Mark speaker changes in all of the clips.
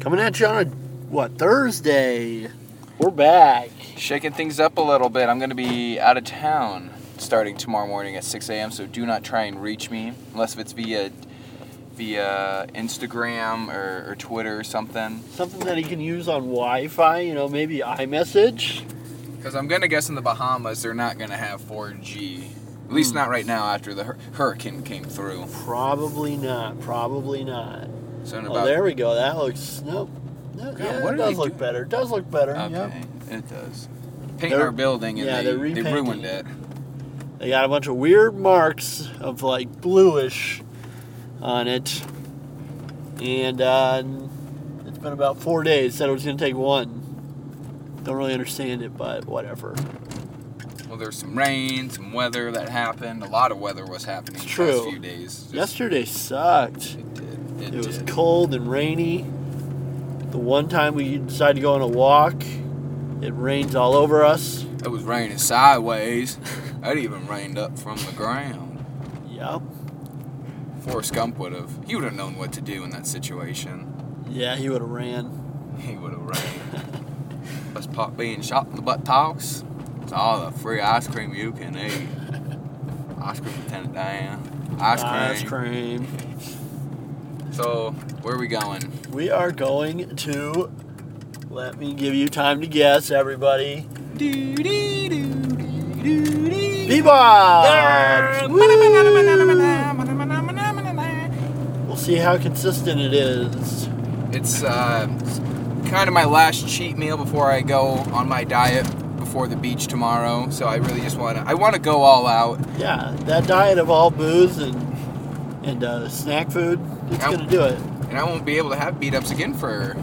Speaker 1: Coming at you on a, what, Thursday? We're back.
Speaker 2: Shaking things up a little bit. I'm going to be out of town starting tomorrow morning at 6 a.m. So do not try and reach me unless if it's via via Instagram or, or Twitter or something.
Speaker 1: Something that he can use on Wi Fi, you know, maybe iMessage.
Speaker 2: Because I'm going to guess in the Bahamas they're not going to have 4G. At least
Speaker 1: Hmm.
Speaker 2: not right now after the hur- hurricane came through.
Speaker 1: Probably not. Probably not.
Speaker 2: So in
Speaker 1: Oh,
Speaker 2: about
Speaker 1: there we go. That looks, nope. No,
Speaker 2: God,
Speaker 1: yeah,
Speaker 2: what
Speaker 1: it
Speaker 2: are
Speaker 1: does
Speaker 2: they
Speaker 1: look
Speaker 2: do-
Speaker 1: better. It does look better.
Speaker 2: Okay,
Speaker 1: Yep.
Speaker 2: it does. Painting
Speaker 1: They're-
Speaker 2: our building and
Speaker 1: yeah,
Speaker 2: they,
Speaker 1: they're
Speaker 2: they
Speaker 1: repainting
Speaker 2: ruined
Speaker 1: it.
Speaker 2: it.
Speaker 1: They got a bunch of weird marks of like bluish on it. And uh, it's been about four days. Said it was going to take one. Don't really understand it, but whatever.
Speaker 2: Well, there's some rain, some weather that happened. A lot of weather was happening
Speaker 1: It's
Speaker 2: the
Speaker 1: true.
Speaker 2: past few days. Just-
Speaker 1: Yesterday sucked.
Speaker 2: It did. It,
Speaker 1: It was
Speaker 2: did.
Speaker 1: cold and rainy. The one time we decided to go on a walk, it rains all over us.
Speaker 2: It was raining sideways. It even rained up from the ground.
Speaker 1: Yep.
Speaker 2: Forrest Gump would have. He would have known what to do in that situation.
Speaker 1: Yeah, he would have ran.
Speaker 2: He would have ran. Us pop being shot in the butt talks. It's all the free ice cream you can eat. Ice cream, Lieutenant Diane. Ice cream.
Speaker 1: cream.
Speaker 2: So, where are we going?
Speaker 1: We are going to. Let me give you time to guess, everybody. Bebop! Woo! We'll see how consistent it is.
Speaker 2: It's uh, kind of my last cheat meal before I go on my diet before the beach tomorrow. So I really just want to. I want to go all out.
Speaker 1: Yeah, that diet of all booze and and uh, snack food, it's
Speaker 2: Yep.
Speaker 1: gonna do it.
Speaker 2: and I won't be able to have beat ups again for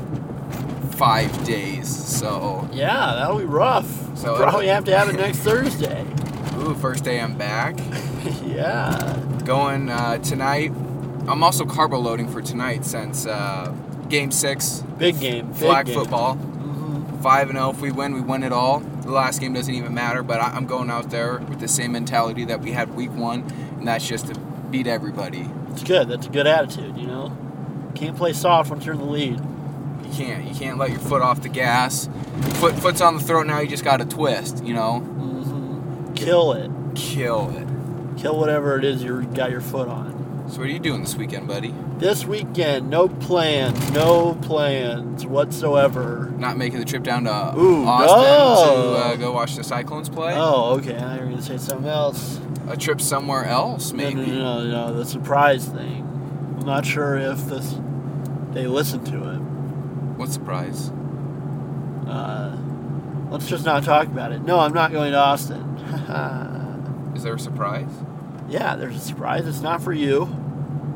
Speaker 2: five days. So,
Speaker 1: Yeah, that'll be rough.
Speaker 2: So-
Speaker 1: Probably have to have it next Thursday.
Speaker 2: ooh, first day I'm back.
Speaker 1: yeah.
Speaker 2: Going uh, tonight. I'm also carbo loading for tonight since uh, game six,
Speaker 1: Big game. Big
Speaker 2: flag
Speaker 1: game.
Speaker 2: football.
Speaker 1: Mhm.
Speaker 2: 5 and 0. If we win, we win it all. The last game doesn't even matter, but I- I'm going out there with the same mentality that we had week one, and that's just to beat everybody.
Speaker 1: It's good. That's a good attitude, you know? Can't play soft once you're in the lead.
Speaker 2: You can't. You can't let your foot off the gas. Foot, foot's on the throat now, you just got to twist, you know? Mm-hmm.
Speaker 1: hmm Kill it.
Speaker 2: Kill it.
Speaker 1: Kill whatever it is you got your foot on.
Speaker 2: So, what are you doing this weekend, buddy?
Speaker 1: This weekend, no plans, no plans whatsoever.
Speaker 2: Not making the trip down to
Speaker 1: Ooh,
Speaker 2: Austin
Speaker 1: no.
Speaker 2: to uh, go watch the Cyclones play?
Speaker 1: Oh, okay. I thought you were gonna say something else.
Speaker 2: A trip somewhere else,
Speaker 1: No, no,
Speaker 2: maybe?
Speaker 1: no, no, no, the surprise thing. I'm not sure if this they listen to it.
Speaker 2: What surprise?
Speaker 1: Uh, let's just not talk about it. No, I'm not going to Austin.
Speaker 2: Is there a surprise?
Speaker 1: yeah, there's a surprise. It's not for you.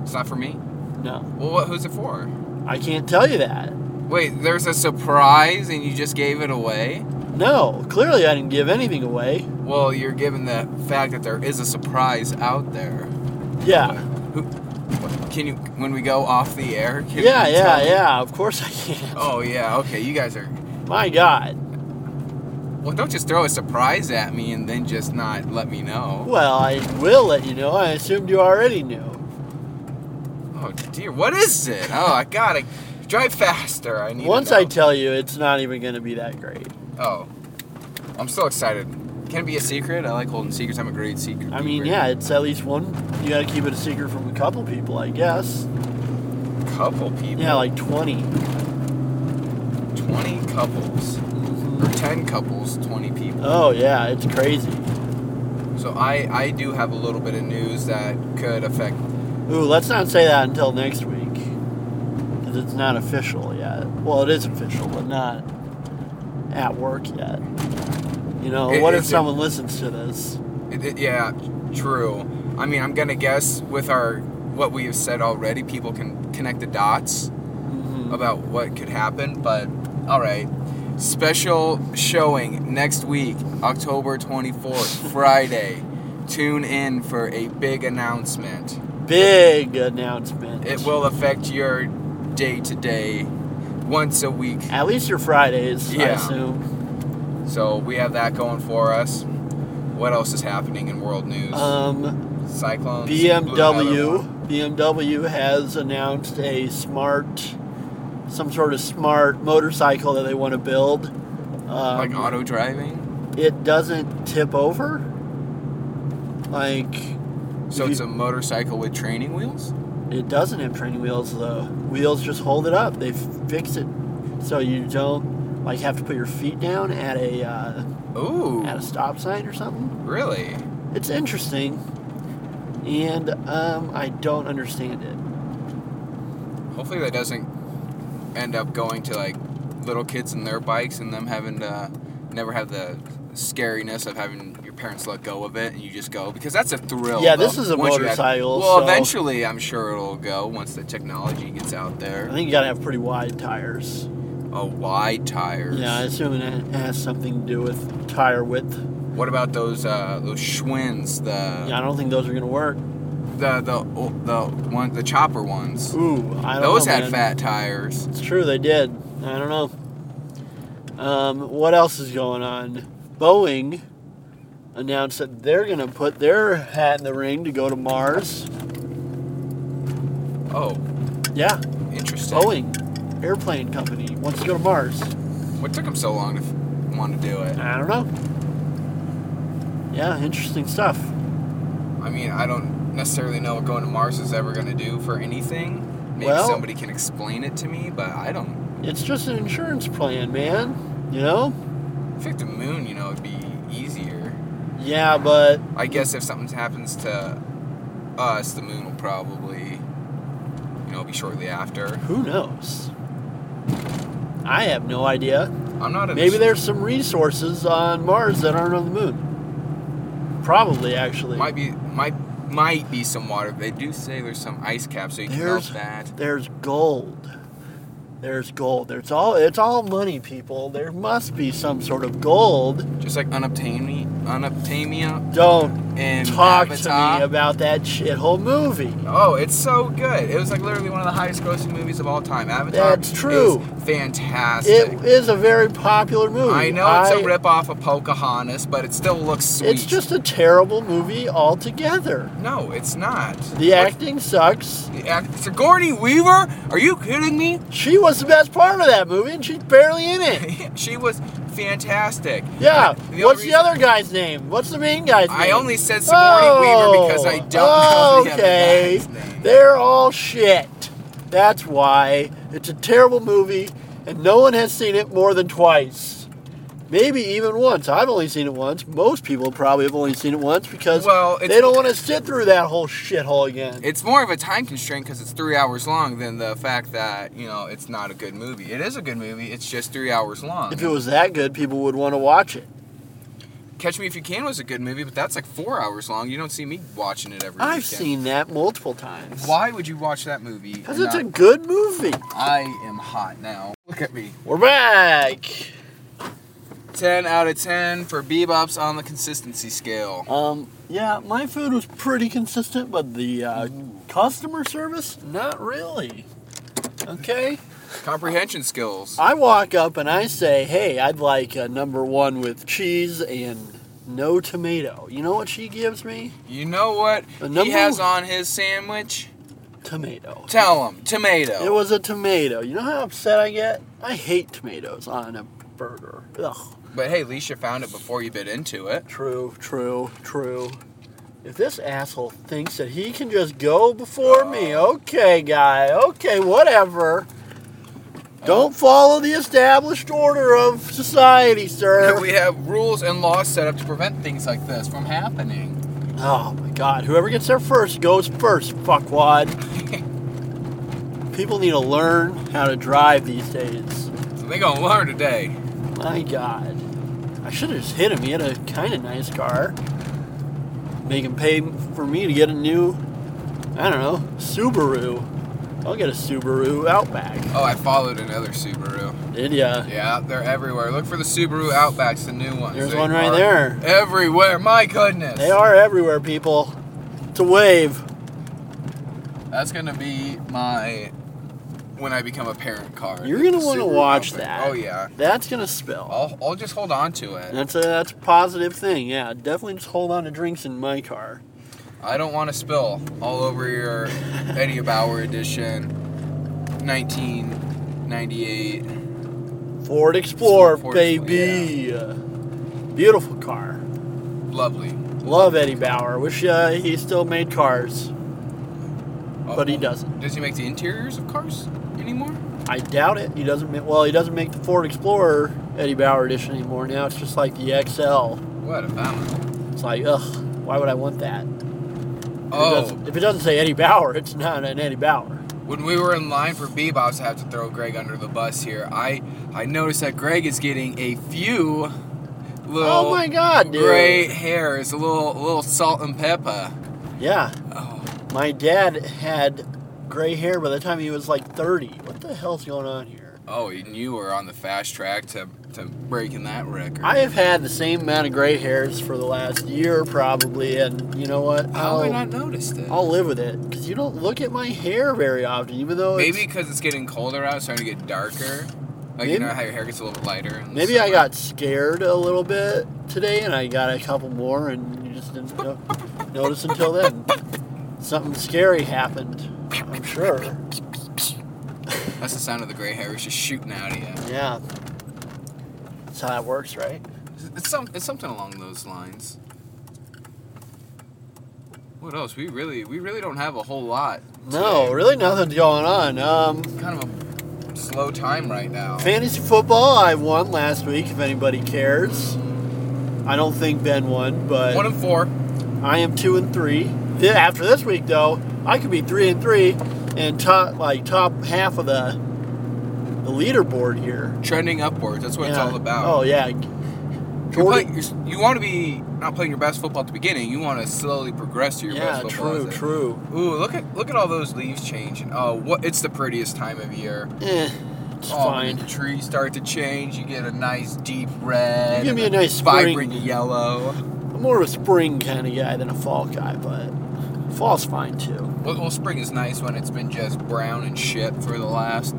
Speaker 2: It's not for me.
Speaker 1: No,
Speaker 2: Well, what, who's it for?
Speaker 1: I can't tell you that.
Speaker 2: Wait, there's a surprise and you just gave it away?
Speaker 1: No, clearly I didn't give anything away.
Speaker 2: Well, you're given the fact that there is a surprise out there.
Speaker 1: Yeah,
Speaker 2: Who, what, can you, when we go off the air? Can
Speaker 1: yeah,
Speaker 2: you tell
Speaker 1: yeah,
Speaker 2: me?
Speaker 1: yeah. Of course I can't.
Speaker 2: Oh, yeah, okay, you guys are.
Speaker 1: My God.
Speaker 2: Well, don't just throw a surprise at me and then just not let me know.
Speaker 1: Well, I will let you know. I assumed you already knew.
Speaker 2: Oh, dear, what is it? Oh, I gotta drive faster. I need
Speaker 1: Once
Speaker 2: to know.
Speaker 1: I tell you, it's not even going to be that great.
Speaker 2: Oh, I'm so excited. Can it be a secret? I like holding secrets. I'm a great secret.
Speaker 1: I mean,
Speaker 2: keeper.
Speaker 1: yeah, it's at least one. You got to keep it a secret from a couple people, I guess.
Speaker 2: Couple people.
Speaker 1: Yeah, like 20.
Speaker 2: 20 couples. Or 10 couples, 20 people.
Speaker 1: Oh, yeah, it's crazy.
Speaker 2: So I, I do have a little bit of news that could affect.
Speaker 1: Ooh, let's not say that until next week. Because it's not official yet. Well, it is official, but not at work yet. You know,
Speaker 2: It-
Speaker 1: what if
Speaker 2: it's-
Speaker 1: someone listens to this?
Speaker 2: It, it- yeah, true. I mean, I'm gonna guess with our what we have said already, people can connect the dots
Speaker 1: Mhm.
Speaker 2: about what could happen. But all right, special showing next week, October 24th, Friday. Tune in for a big announcement.
Speaker 1: Big announcement.
Speaker 2: It will affect your day to day, once a week.
Speaker 1: At least your Fridays, I
Speaker 2: Yeah.
Speaker 1: assume.
Speaker 2: So we have that going for us. What else is happening in world news?
Speaker 1: Um,
Speaker 2: Cyclones. blew another one.
Speaker 1: BMW BMW has announced a smart some sort of smart motorcycle that they want to build. Um,
Speaker 2: like auto driving.
Speaker 1: it doesn't tip over. Like
Speaker 2: So
Speaker 1: you-
Speaker 2: it's a motorcycle with training wheels.
Speaker 1: it doesn't have training wheels. The wheels just hold it up. They fix it so you don't like have to put your feet down at a uh,
Speaker 2: Ooh,
Speaker 1: at a stop sign or something.
Speaker 2: really?
Speaker 1: It's interesting, and um, I don't understand it.
Speaker 2: Hopefully that doesn't end up going to like little kids and their bikes and them having to never have the scariness of having your parents let go of it and you just go because that's a thrill.
Speaker 1: Yeah,
Speaker 2: though,
Speaker 1: this is a
Speaker 2: once you have-
Speaker 1: motorcycle,
Speaker 2: well,
Speaker 1: so-
Speaker 2: eventually I'm sure it'll go once the technology gets out
Speaker 1: I
Speaker 2: there.
Speaker 1: think you gotta have pretty wide tires.
Speaker 2: Oh, wide tires.
Speaker 1: Yeah, I assume it has something to do with tire width.
Speaker 2: What about those uh, those Schwinn's the
Speaker 1: Yeah, I don't think those are gonna work.
Speaker 2: the the oh, the one the chopper ones?
Speaker 1: Ooh, I don't
Speaker 2: Those
Speaker 1: know,
Speaker 2: had
Speaker 1: man.
Speaker 2: fat tires.
Speaker 1: It's true, they did. I don't know. Um, what else is going on? Boeing announced that they're going to put their hat in the ring to go to Mars.
Speaker 2: Oh,
Speaker 1: Yeah,
Speaker 2: interesting.
Speaker 1: Boeing, airplane company, wants to go to Mars.
Speaker 2: What took them so long to f- want to do it?
Speaker 1: I don't know. Yeah, interesting stuff.
Speaker 2: I mean, I don't necessarily know what going to Mars is ever going to do for anything. Maybe
Speaker 1: Well-
Speaker 2: somebody can explain it to me, but I don't.
Speaker 1: It's just an insurance plan, man. You know?
Speaker 2: I think the moon, you know, would be easier.
Speaker 1: Yeah, but
Speaker 2: I guess if something happens to us, the moon will probably, you know, be shortly after.
Speaker 1: who knows? I have no idea.
Speaker 2: I'm not. An
Speaker 1: Maybe there's some resources on Mars that aren't on the moon. Probably, actually.
Speaker 2: might be might might be some water. They do say there's some ice cap, so you can melt
Speaker 1: There's
Speaker 2: that.
Speaker 1: there's gold. There's gold. There's all it's all money, people. There must be some sort of gold.
Speaker 2: Just like unobtainium, unobtainium,
Speaker 1: Don't
Speaker 2: and
Speaker 1: talk
Speaker 2: Avatar.
Speaker 1: to me about that shithole movie.
Speaker 2: Oh, it's so good. It was like literally one of the highest grossing movies of all time. Avatar.
Speaker 1: That's true.
Speaker 2: Is fantastic.
Speaker 1: It is a very popular movie.
Speaker 2: I know it's
Speaker 1: a
Speaker 2: a ripoff of Pocahontas, but it still looks sweet.
Speaker 1: It's just a terrible movie altogether.
Speaker 2: No, it's not.
Speaker 1: The acting sucks.
Speaker 2: The act- Sigourney Weaver? Are you kidding me?
Speaker 1: She was the best part of that movie, and she's barely in it.
Speaker 2: she was fantastic.
Speaker 1: Yeah.
Speaker 2: The only
Speaker 1: What's the
Speaker 2: reason-
Speaker 1: other guy's name? What's the main guy's name?
Speaker 2: I only said Sigourney Weaver because I
Speaker 1: Oh,
Speaker 2: don't know the
Speaker 1: okay.
Speaker 2: other guy's name.
Speaker 1: They're all shit. That's why it's a terrible movie, and no one has seen it more than twice. Maybe even once. I've only seen it once. Most people probably have only seen it once because
Speaker 2: Well, it's-
Speaker 1: they don't want to sit through that whole shithole again.
Speaker 2: It's more of a time constraint because it's three hours long than the fact that you know it's not a good movie. It is a good movie. It's just three hours long.
Speaker 1: if it was that good, people would want to watch it.
Speaker 2: Catch Me If You Can was a good movie, but that's like four hours long. You don't see me watching it every.
Speaker 1: I've
Speaker 2: weekend.
Speaker 1: seen that multiple times.
Speaker 2: Why would you watch that movie?
Speaker 1: Because
Speaker 2: and
Speaker 1: it's a
Speaker 2: not-
Speaker 1: good movie.
Speaker 2: I am hot now. Look at me.
Speaker 1: We're back.
Speaker 2: Ten out of ten for Bebop's on the consistency scale.
Speaker 1: Um, yeah, my food was pretty consistent, but the uh, customer service, not really. Okay?
Speaker 2: Comprehension skills.
Speaker 1: I walk up and I say, hey, I'd like a number one with cheese and no tomato. You know what she gives me?
Speaker 2: You know what
Speaker 1: The
Speaker 2: he
Speaker 1: number-
Speaker 2: has on his sandwich?
Speaker 1: Tomato.
Speaker 2: Tell him tomato.
Speaker 1: It was a tomato. You know how upset I get? I hate tomatoes on a burger. Ugh.
Speaker 2: but hey, Leisha found it before you bit into it.
Speaker 1: True, true, true. If this asshole thinks that he can just go before me, okay, guy, okay, whatever. Don't follow the established order of society, sir.
Speaker 2: we have rules and laws set up to prevent things like this from happening.
Speaker 1: Oh my god, whoever gets there first goes first, fuckwad. People need to learn how to drive these days.
Speaker 2: So they gonna learn today.
Speaker 1: My god. I should have just hit him. He had a kind of nice car. Make him pay for me to get a new, I don't know, Subaru. I'll get a Subaru Outback.
Speaker 2: Oh, I followed another Subaru.
Speaker 1: Did ya?
Speaker 2: Yeah, they're everywhere. Look for the Subaru Outbacks, the new ones.
Speaker 1: There's
Speaker 2: They
Speaker 1: one right
Speaker 2: are
Speaker 1: there.
Speaker 2: Everywhere, my goodness.
Speaker 1: They are everywhere, people. It's a wave.
Speaker 2: That's gonna be my when I become a parent car.
Speaker 1: You're gonna wanna
Speaker 2: Subaru
Speaker 1: watch
Speaker 2: Outback.
Speaker 1: that.
Speaker 2: Oh yeah.
Speaker 1: That's gonna spill.
Speaker 2: I'll, I'll just hold on to it.
Speaker 1: That's a that's a positive thing. Yeah, definitely just hold on to drinks in my car.
Speaker 2: I don't want to spill all over your Eddie Bauer edition, 19 98.
Speaker 1: Ford Explorer,
Speaker 2: Ford Explorer,
Speaker 1: baby. Beautiful car.
Speaker 2: Lovely.
Speaker 1: Love Eddie Bauer. Wish uh, he still made cars.
Speaker 2: Oh,
Speaker 1: But he
Speaker 2: well,
Speaker 1: doesn't.
Speaker 2: Does he make the interiors of cars anymore?
Speaker 1: I doubt it. He doesn't. ma- Well, he doesn't make the Ford Explorer Eddie Bauer edition anymore. Now it's just like the XL.
Speaker 2: What a bummer.
Speaker 1: It's like, ugh, why would I want that? If it
Speaker 2: Oh,
Speaker 1: doesn't- if it doesn't say Eddie Bauer, it's not an Eddie Bauer.
Speaker 2: when we were in line for Bebop's, I have to throw Greg under the bus here. I I noticed that Greg is getting a few little
Speaker 1: oh my God, dude.
Speaker 2: gray hairs, a little a little salt and pepper.
Speaker 1: Yeah,
Speaker 2: Oh,
Speaker 1: my dad had gray hair by the time he was like 30. What the hell's going on here?
Speaker 2: oh, and you were on the fast track to to breaking that record.
Speaker 1: I have had the same amount of gray hairs for the last year probably, and you know Oh, what?
Speaker 2: How have I
Speaker 1: I'll-
Speaker 2: not noticed it?
Speaker 1: I'll live with it because you don't look at my hair very often, even though it's-
Speaker 2: Maybe because it's getting colder out, it's starting to get darker. Like you
Speaker 1: Maybe-
Speaker 2: know how your hair gets a little bit lighter. in the
Speaker 1: maybe I
Speaker 2: summer?
Speaker 1: got scared a little bit today and I got a couple more and you just didn't no- notice until then. Something scary happened, I'm sure.
Speaker 2: That's the sound of the gray hairs just shooting out of you.
Speaker 1: Yeah, that's how that works, right?
Speaker 2: It's, some, it's something along those lines. What else? We really we really don't have a whole lot.
Speaker 1: No,
Speaker 2: today.
Speaker 1: really nothing's going on. Um,
Speaker 2: Kind of a slow time right now.
Speaker 1: fantasy football, I won last week. If anybody cares, I don't think Ben won, but
Speaker 2: One and four.
Speaker 1: I am two and three. Then after this week, though, I could be three and three and top like top half of the the leaderboard here.
Speaker 2: Trending upwards. That's what it's
Speaker 1: Yeah.
Speaker 2: all about.
Speaker 1: Oh yeah,
Speaker 2: You're
Speaker 1: Jordan.
Speaker 2: playing, you're, s- you want to be not playing your best football at the beginning. You want to slowly progress to your
Speaker 1: yeah,
Speaker 2: best football.
Speaker 1: true,
Speaker 2: as a-
Speaker 1: true.
Speaker 2: Ooh, look at look at all those leaves changing. Oh, what? It's the prettiest time of year.
Speaker 1: Eh, it's
Speaker 2: Oh,
Speaker 1: fine.
Speaker 2: when the trees start to change. You get a nice deep red.
Speaker 1: Give me a nice
Speaker 2: vibrant
Speaker 1: spring.
Speaker 2: yellow.
Speaker 1: I'm more of a spring kind of guy than a fall guy, but fall's fine too.
Speaker 2: Well, well, spring is nice when it's been just brown and shit for the last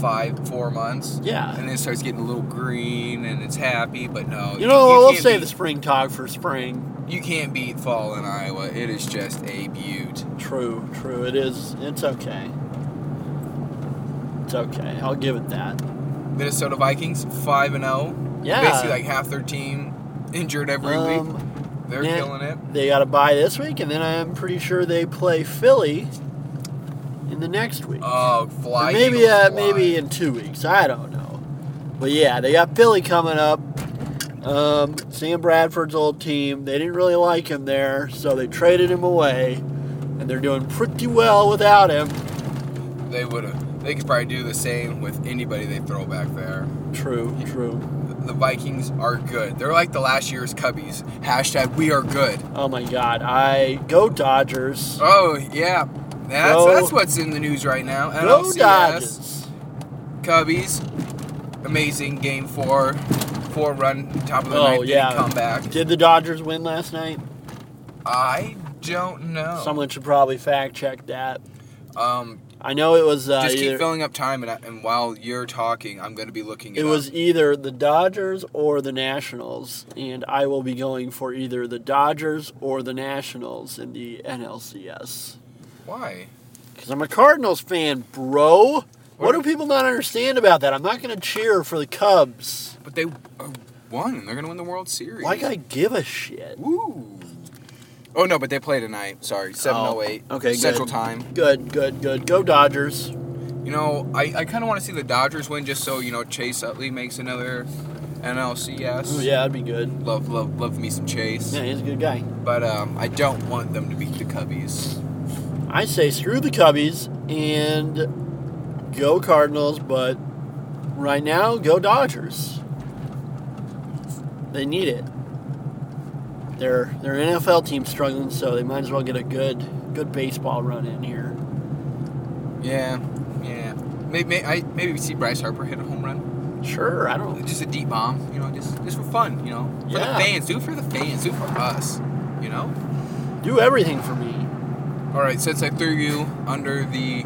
Speaker 2: five, four months.
Speaker 1: Yeah.
Speaker 2: And then it starts getting a little green and it's happy, but no.
Speaker 1: You know, we'll
Speaker 2: can't
Speaker 1: save
Speaker 2: beat-
Speaker 1: the spring talk for spring.
Speaker 2: You can't beat fall in Iowa. It is just a beaut.
Speaker 1: True, true. It is. It's okay. It's okay. I'll give it that.
Speaker 2: Minnesota Vikings, 5 and 0.
Speaker 1: Yeah.
Speaker 2: Basically, like half their team injured every
Speaker 1: Um,
Speaker 2: week. They're
Speaker 1: Yeah.
Speaker 2: killing it.
Speaker 1: They got to buy this week, and then I'm pretty sure they play Philly in the next week.
Speaker 2: Oh,
Speaker 1: Or
Speaker 2: fly.
Speaker 1: maybe
Speaker 2: Eagles,
Speaker 1: uh,
Speaker 2: fly.
Speaker 1: maybe in two weeks. I don't know. But yeah, they got Philly coming up. Um, Sam Bradford's old team. They didn't really like him there, so they traded him away, and they're doing pretty well without him.
Speaker 2: They would have. They could probably do the same with anybody they throw back there.
Speaker 1: True, true.
Speaker 2: The Vikings are good. They're like the last year's Cubbies. Hashtag we are good.
Speaker 1: Oh my God, I go Dodgers.
Speaker 2: Oh yeah, that's
Speaker 1: Go-
Speaker 2: that's what's in the news right now.
Speaker 1: Go
Speaker 2: NLCS,
Speaker 1: Dodgers.
Speaker 2: Cubbies, amazing game four, four run top of the
Speaker 1: Oh
Speaker 2: ninth inning
Speaker 1: yeah.
Speaker 2: comeback.
Speaker 1: Did the Dodgers win last night?
Speaker 2: I don't know.
Speaker 1: Someone should probably fact check that.
Speaker 2: um,
Speaker 1: I know it was uh,
Speaker 2: just keep
Speaker 1: either,
Speaker 2: filling up time, and, I, and while you're talking, I'm gonna be looking. It,
Speaker 1: it
Speaker 2: up.
Speaker 1: was either the Dodgers or the Nationals, and I will be going for either the Dodgers or the Nationals in the NLCS
Speaker 2: why?
Speaker 1: because I'm a Cardinals fan, bro. What
Speaker 2: What-
Speaker 1: do people not understand about that? I'm not going to cheer for the Cubs.
Speaker 2: But they uh, won. They're gonna win the World Series.
Speaker 1: Why could I give a shit?
Speaker 2: Woo. Oh no, but they play tonight. Sorry, seven oh eight.
Speaker 1: Oh, okay, good.
Speaker 2: Central Time.
Speaker 1: Good, good, good. Go Dodgers.
Speaker 2: You know, I, I kind of want to see the Dodgers win just so you know Chase Utley makes another NLCS.
Speaker 1: Ooh, Oh, yeah, that'd be good.
Speaker 2: Love love love me some Chase.
Speaker 1: Yeah, he's a good guy.
Speaker 2: But um, I don't want them to beat the Cubbies.
Speaker 1: I say screw the Cubbies and go Cardinals, but right now go Dodgers. They need it. Their their NFL team's struggling, so they might as well get a good good baseball run in here.
Speaker 2: Yeah, yeah. Maybe may, I maybe we see Bryce Harper hit a home run,
Speaker 1: Sure, I don't.
Speaker 2: just a deep bomb. You know, just just for fun. You know, for
Speaker 1: Yeah.
Speaker 2: the fans. Do it for the fans. Do it for us. You know.
Speaker 1: Do everything for me.
Speaker 2: All right. Since I threw you under the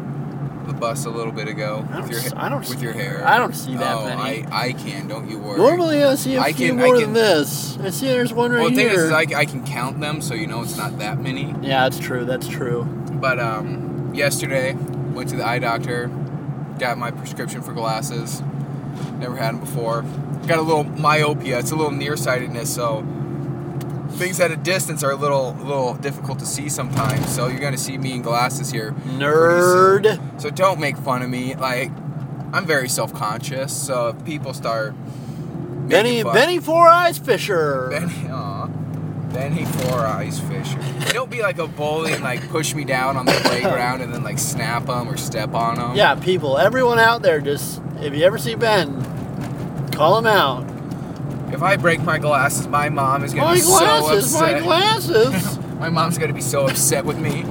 Speaker 2: the bus a little bit ago
Speaker 1: I don't
Speaker 2: with your
Speaker 1: s-
Speaker 2: ha-
Speaker 1: I don't
Speaker 2: with
Speaker 1: s-
Speaker 2: your hair.
Speaker 1: I don't see that
Speaker 2: oh,
Speaker 1: many.
Speaker 2: I, I can. Don't you worry.
Speaker 1: Normally, I see a
Speaker 2: I
Speaker 1: few
Speaker 2: can- I
Speaker 1: more than
Speaker 2: can-
Speaker 1: this. I see there's one right
Speaker 2: well, the
Speaker 1: here.
Speaker 2: thing is, is I, I can count them, so you know it's not that many.
Speaker 1: yeah, that's true. That's true.
Speaker 2: But um, yesterday, went to the eye doctor. Got my prescription for glasses. Never had them before. Got a little myopia. It's a little nearsightedness, so things at a distance are a little little difficult to see sometimes. So you're gonna see me in glasses here. pretty soon.
Speaker 1: Nerd.
Speaker 2: So don't make fun of me. Like, I'm very self-conscious. So if people start making
Speaker 1: Benny
Speaker 2: fun-
Speaker 1: Benny Four Eyes Fisher.
Speaker 2: Benny, aw, Benny Four Eyes Fisher. Don't be like a bully and like push me down on the playground and then like snap them or step on them.
Speaker 1: Yeah, people, everyone out there, just if you ever see Ben, call him out.
Speaker 2: If I break my glasses, my mom is gonna
Speaker 1: My
Speaker 2: be
Speaker 1: glasses,
Speaker 2: so
Speaker 1: my
Speaker 2: upset.
Speaker 1: glasses.
Speaker 2: my mom's gonna be so upset with me.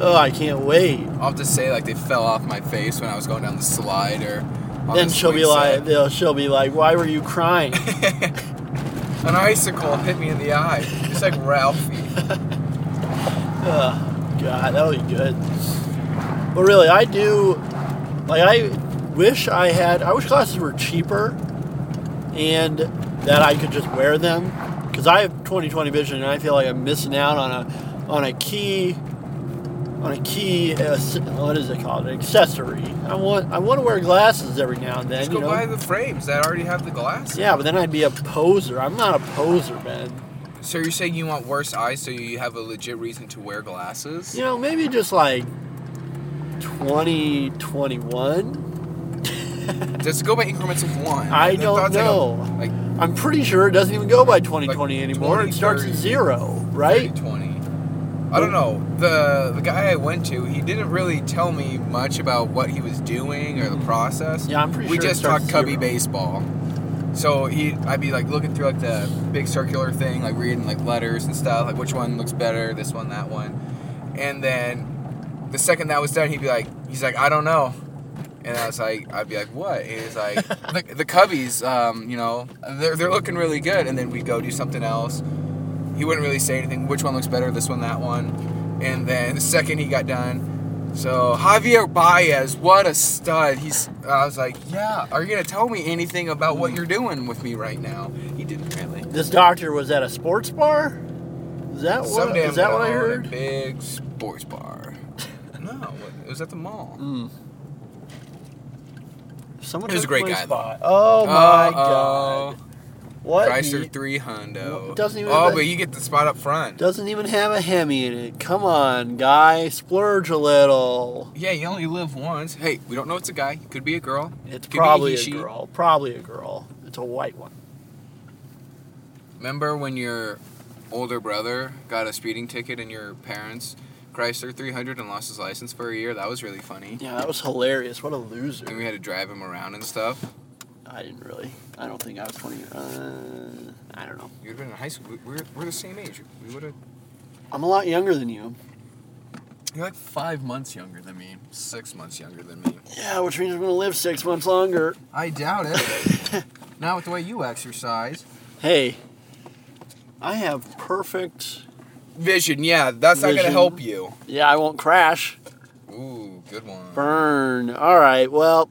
Speaker 1: oh, I can't wait.
Speaker 2: I'll have to say like they fell off my face when I was going down the slide or. on
Speaker 1: then
Speaker 2: the
Speaker 1: she'll be
Speaker 2: swing
Speaker 1: like,
Speaker 2: set.
Speaker 1: they'll- she'll be like, why were you crying?
Speaker 2: an icicle hit me in the eye, just like Ralphie.
Speaker 1: Ugh, God, that would be good. But really, I do. Like, I wish I had. I wish glasses were cheaper, and that I could just wear them. Because I have 20/20 vision, and I feel like I'm missing out on a on a key on a key. Uh, s- what is it called? An accessory. I want I want to wear glasses every now and then.
Speaker 2: Just
Speaker 1: you
Speaker 2: go
Speaker 1: know.
Speaker 2: buy the frames that already have the glass.
Speaker 1: yeah, but then I'd be a poser. I'm not a poser, man.
Speaker 2: So you're saying you want worse eyes, so you have a legit reason to wear glasses?
Speaker 1: You know, maybe just like 2021.
Speaker 2: Does it go by increments of one?
Speaker 1: I
Speaker 2: That-
Speaker 1: don't
Speaker 2: that's like a-
Speaker 1: know.
Speaker 2: Like,
Speaker 1: I'm pretty sure it doesn't even go by 2020
Speaker 2: Like
Speaker 1: anymore.
Speaker 2: 20,
Speaker 1: it starts at
Speaker 2: 30.
Speaker 1: zero, right?
Speaker 2: 30, 20. I don't know. The the guy I went to, he didn't really tell me much about what he was doing or the process.
Speaker 1: Yeah, I'm pretty
Speaker 2: we
Speaker 1: sure it
Speaker 2: just
Speaker 1: starts
Speaker 2: talked cubby
Speaker 1: zero.
Speaker 2: baseball. So he, I'd be like looking through like the big circular thing, like reading like letters and stuff, like which one looks better, this one, that one, and then the second that was done, he'd be like, he's like, I don't know, and I was like, I'd be like, what? And he's like, the, the cubbies, um, you know, they're they're looking really good, and then we'd go do something else. He wouldn't really say anything. Which one looks better? This one, that one, and then the second he got done. So Javier Baez, what a stud! He's. I was like, yeah. Are you gonna tell me anything about what you're doing with me right now? He didn't really.
Speaker 1: This doctor was at a sports bar. Is that what?
Speaker 2: Someday
Speaker 1: Is
Speaker 2: I'm
Speaker 1: that what I
Speaker 2: gonna own A
Speaker 1: heard?
Speaker 2: big sports bar. no, it was at the mall.
Speaker 1: Mm. Someone
Speaker 2: He was a
Speaker 1: took
Speaker 2: great
Speaker 1: my
Speaker 2: guy, though.
Speaker 1: Spot. Oh my god! What?
Speaker 2: Chrysler
Speaker 1: He
Speaker 2: three Hundo.
Speaker 1: What- doesn't even
Speaker 2: oh,
Speaker 1: have a-
Speaker 2: but you get the spot up front.
Speaker 1: doesn't even have a Hemi in it. Come on, guy, splurge a little.
Speaker 2: Yeah, you only live once. Hey, we don't know it's a guy. Could be a girl.
Speaker 1: It's
Speaker 2: Could be a
Speaker 1: probably a
Speaker 2: he, she.
Speaker 1: girl. Probably a girl. It's a white one.
Speaker 2: Remember when your older brother got a speeding ticket in your parents' Chrysler 300 and lost his license for a year? That was really funny.
Speaker 1: Yeah, that was hilarious. What a loser.
Speaker 2: And we had to drive him around and stuff.
Speaker 1: I didn't really. I don't think I was 20. Uh, I don't know.
Speaker 2: You'd have been in high school. We- We're, we're the same age. We would have.
Speaker 1: I'm a lot younger than you.
Speaker 2: You're like five months younger than me. Six months younger than me.
Speaker 1: Yeah, which means I'm gonna live six months longer.
Speaker 2: I doubt it. Not with the way you exercise.
Speaker 1: Hey, I have perfect.
Speaker 2: Vision, yeah, that's not
Speaker 1: Vision.
Speaker 2: gonna help you.
Speaker 1: Yeah, I won't crash.
Speaker 2: Ooh, good one.
Speaker 1: Burn. All right. Well,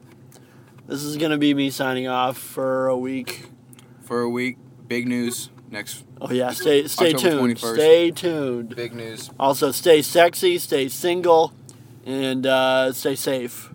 Speaker 1: this is gonna be me signing off for a week.
Speaker 2: For a week, big news. Next,
Speaker 1: Oh yeah, stay stay
Speaker 2: October
Speaker 1: tuned.
Speaker 2: 21st.
Speaker 1: Stay tuned.
Speaker 2: big news.
Speaker 1: Also, stay sexy, stay single, and uh, stay safe.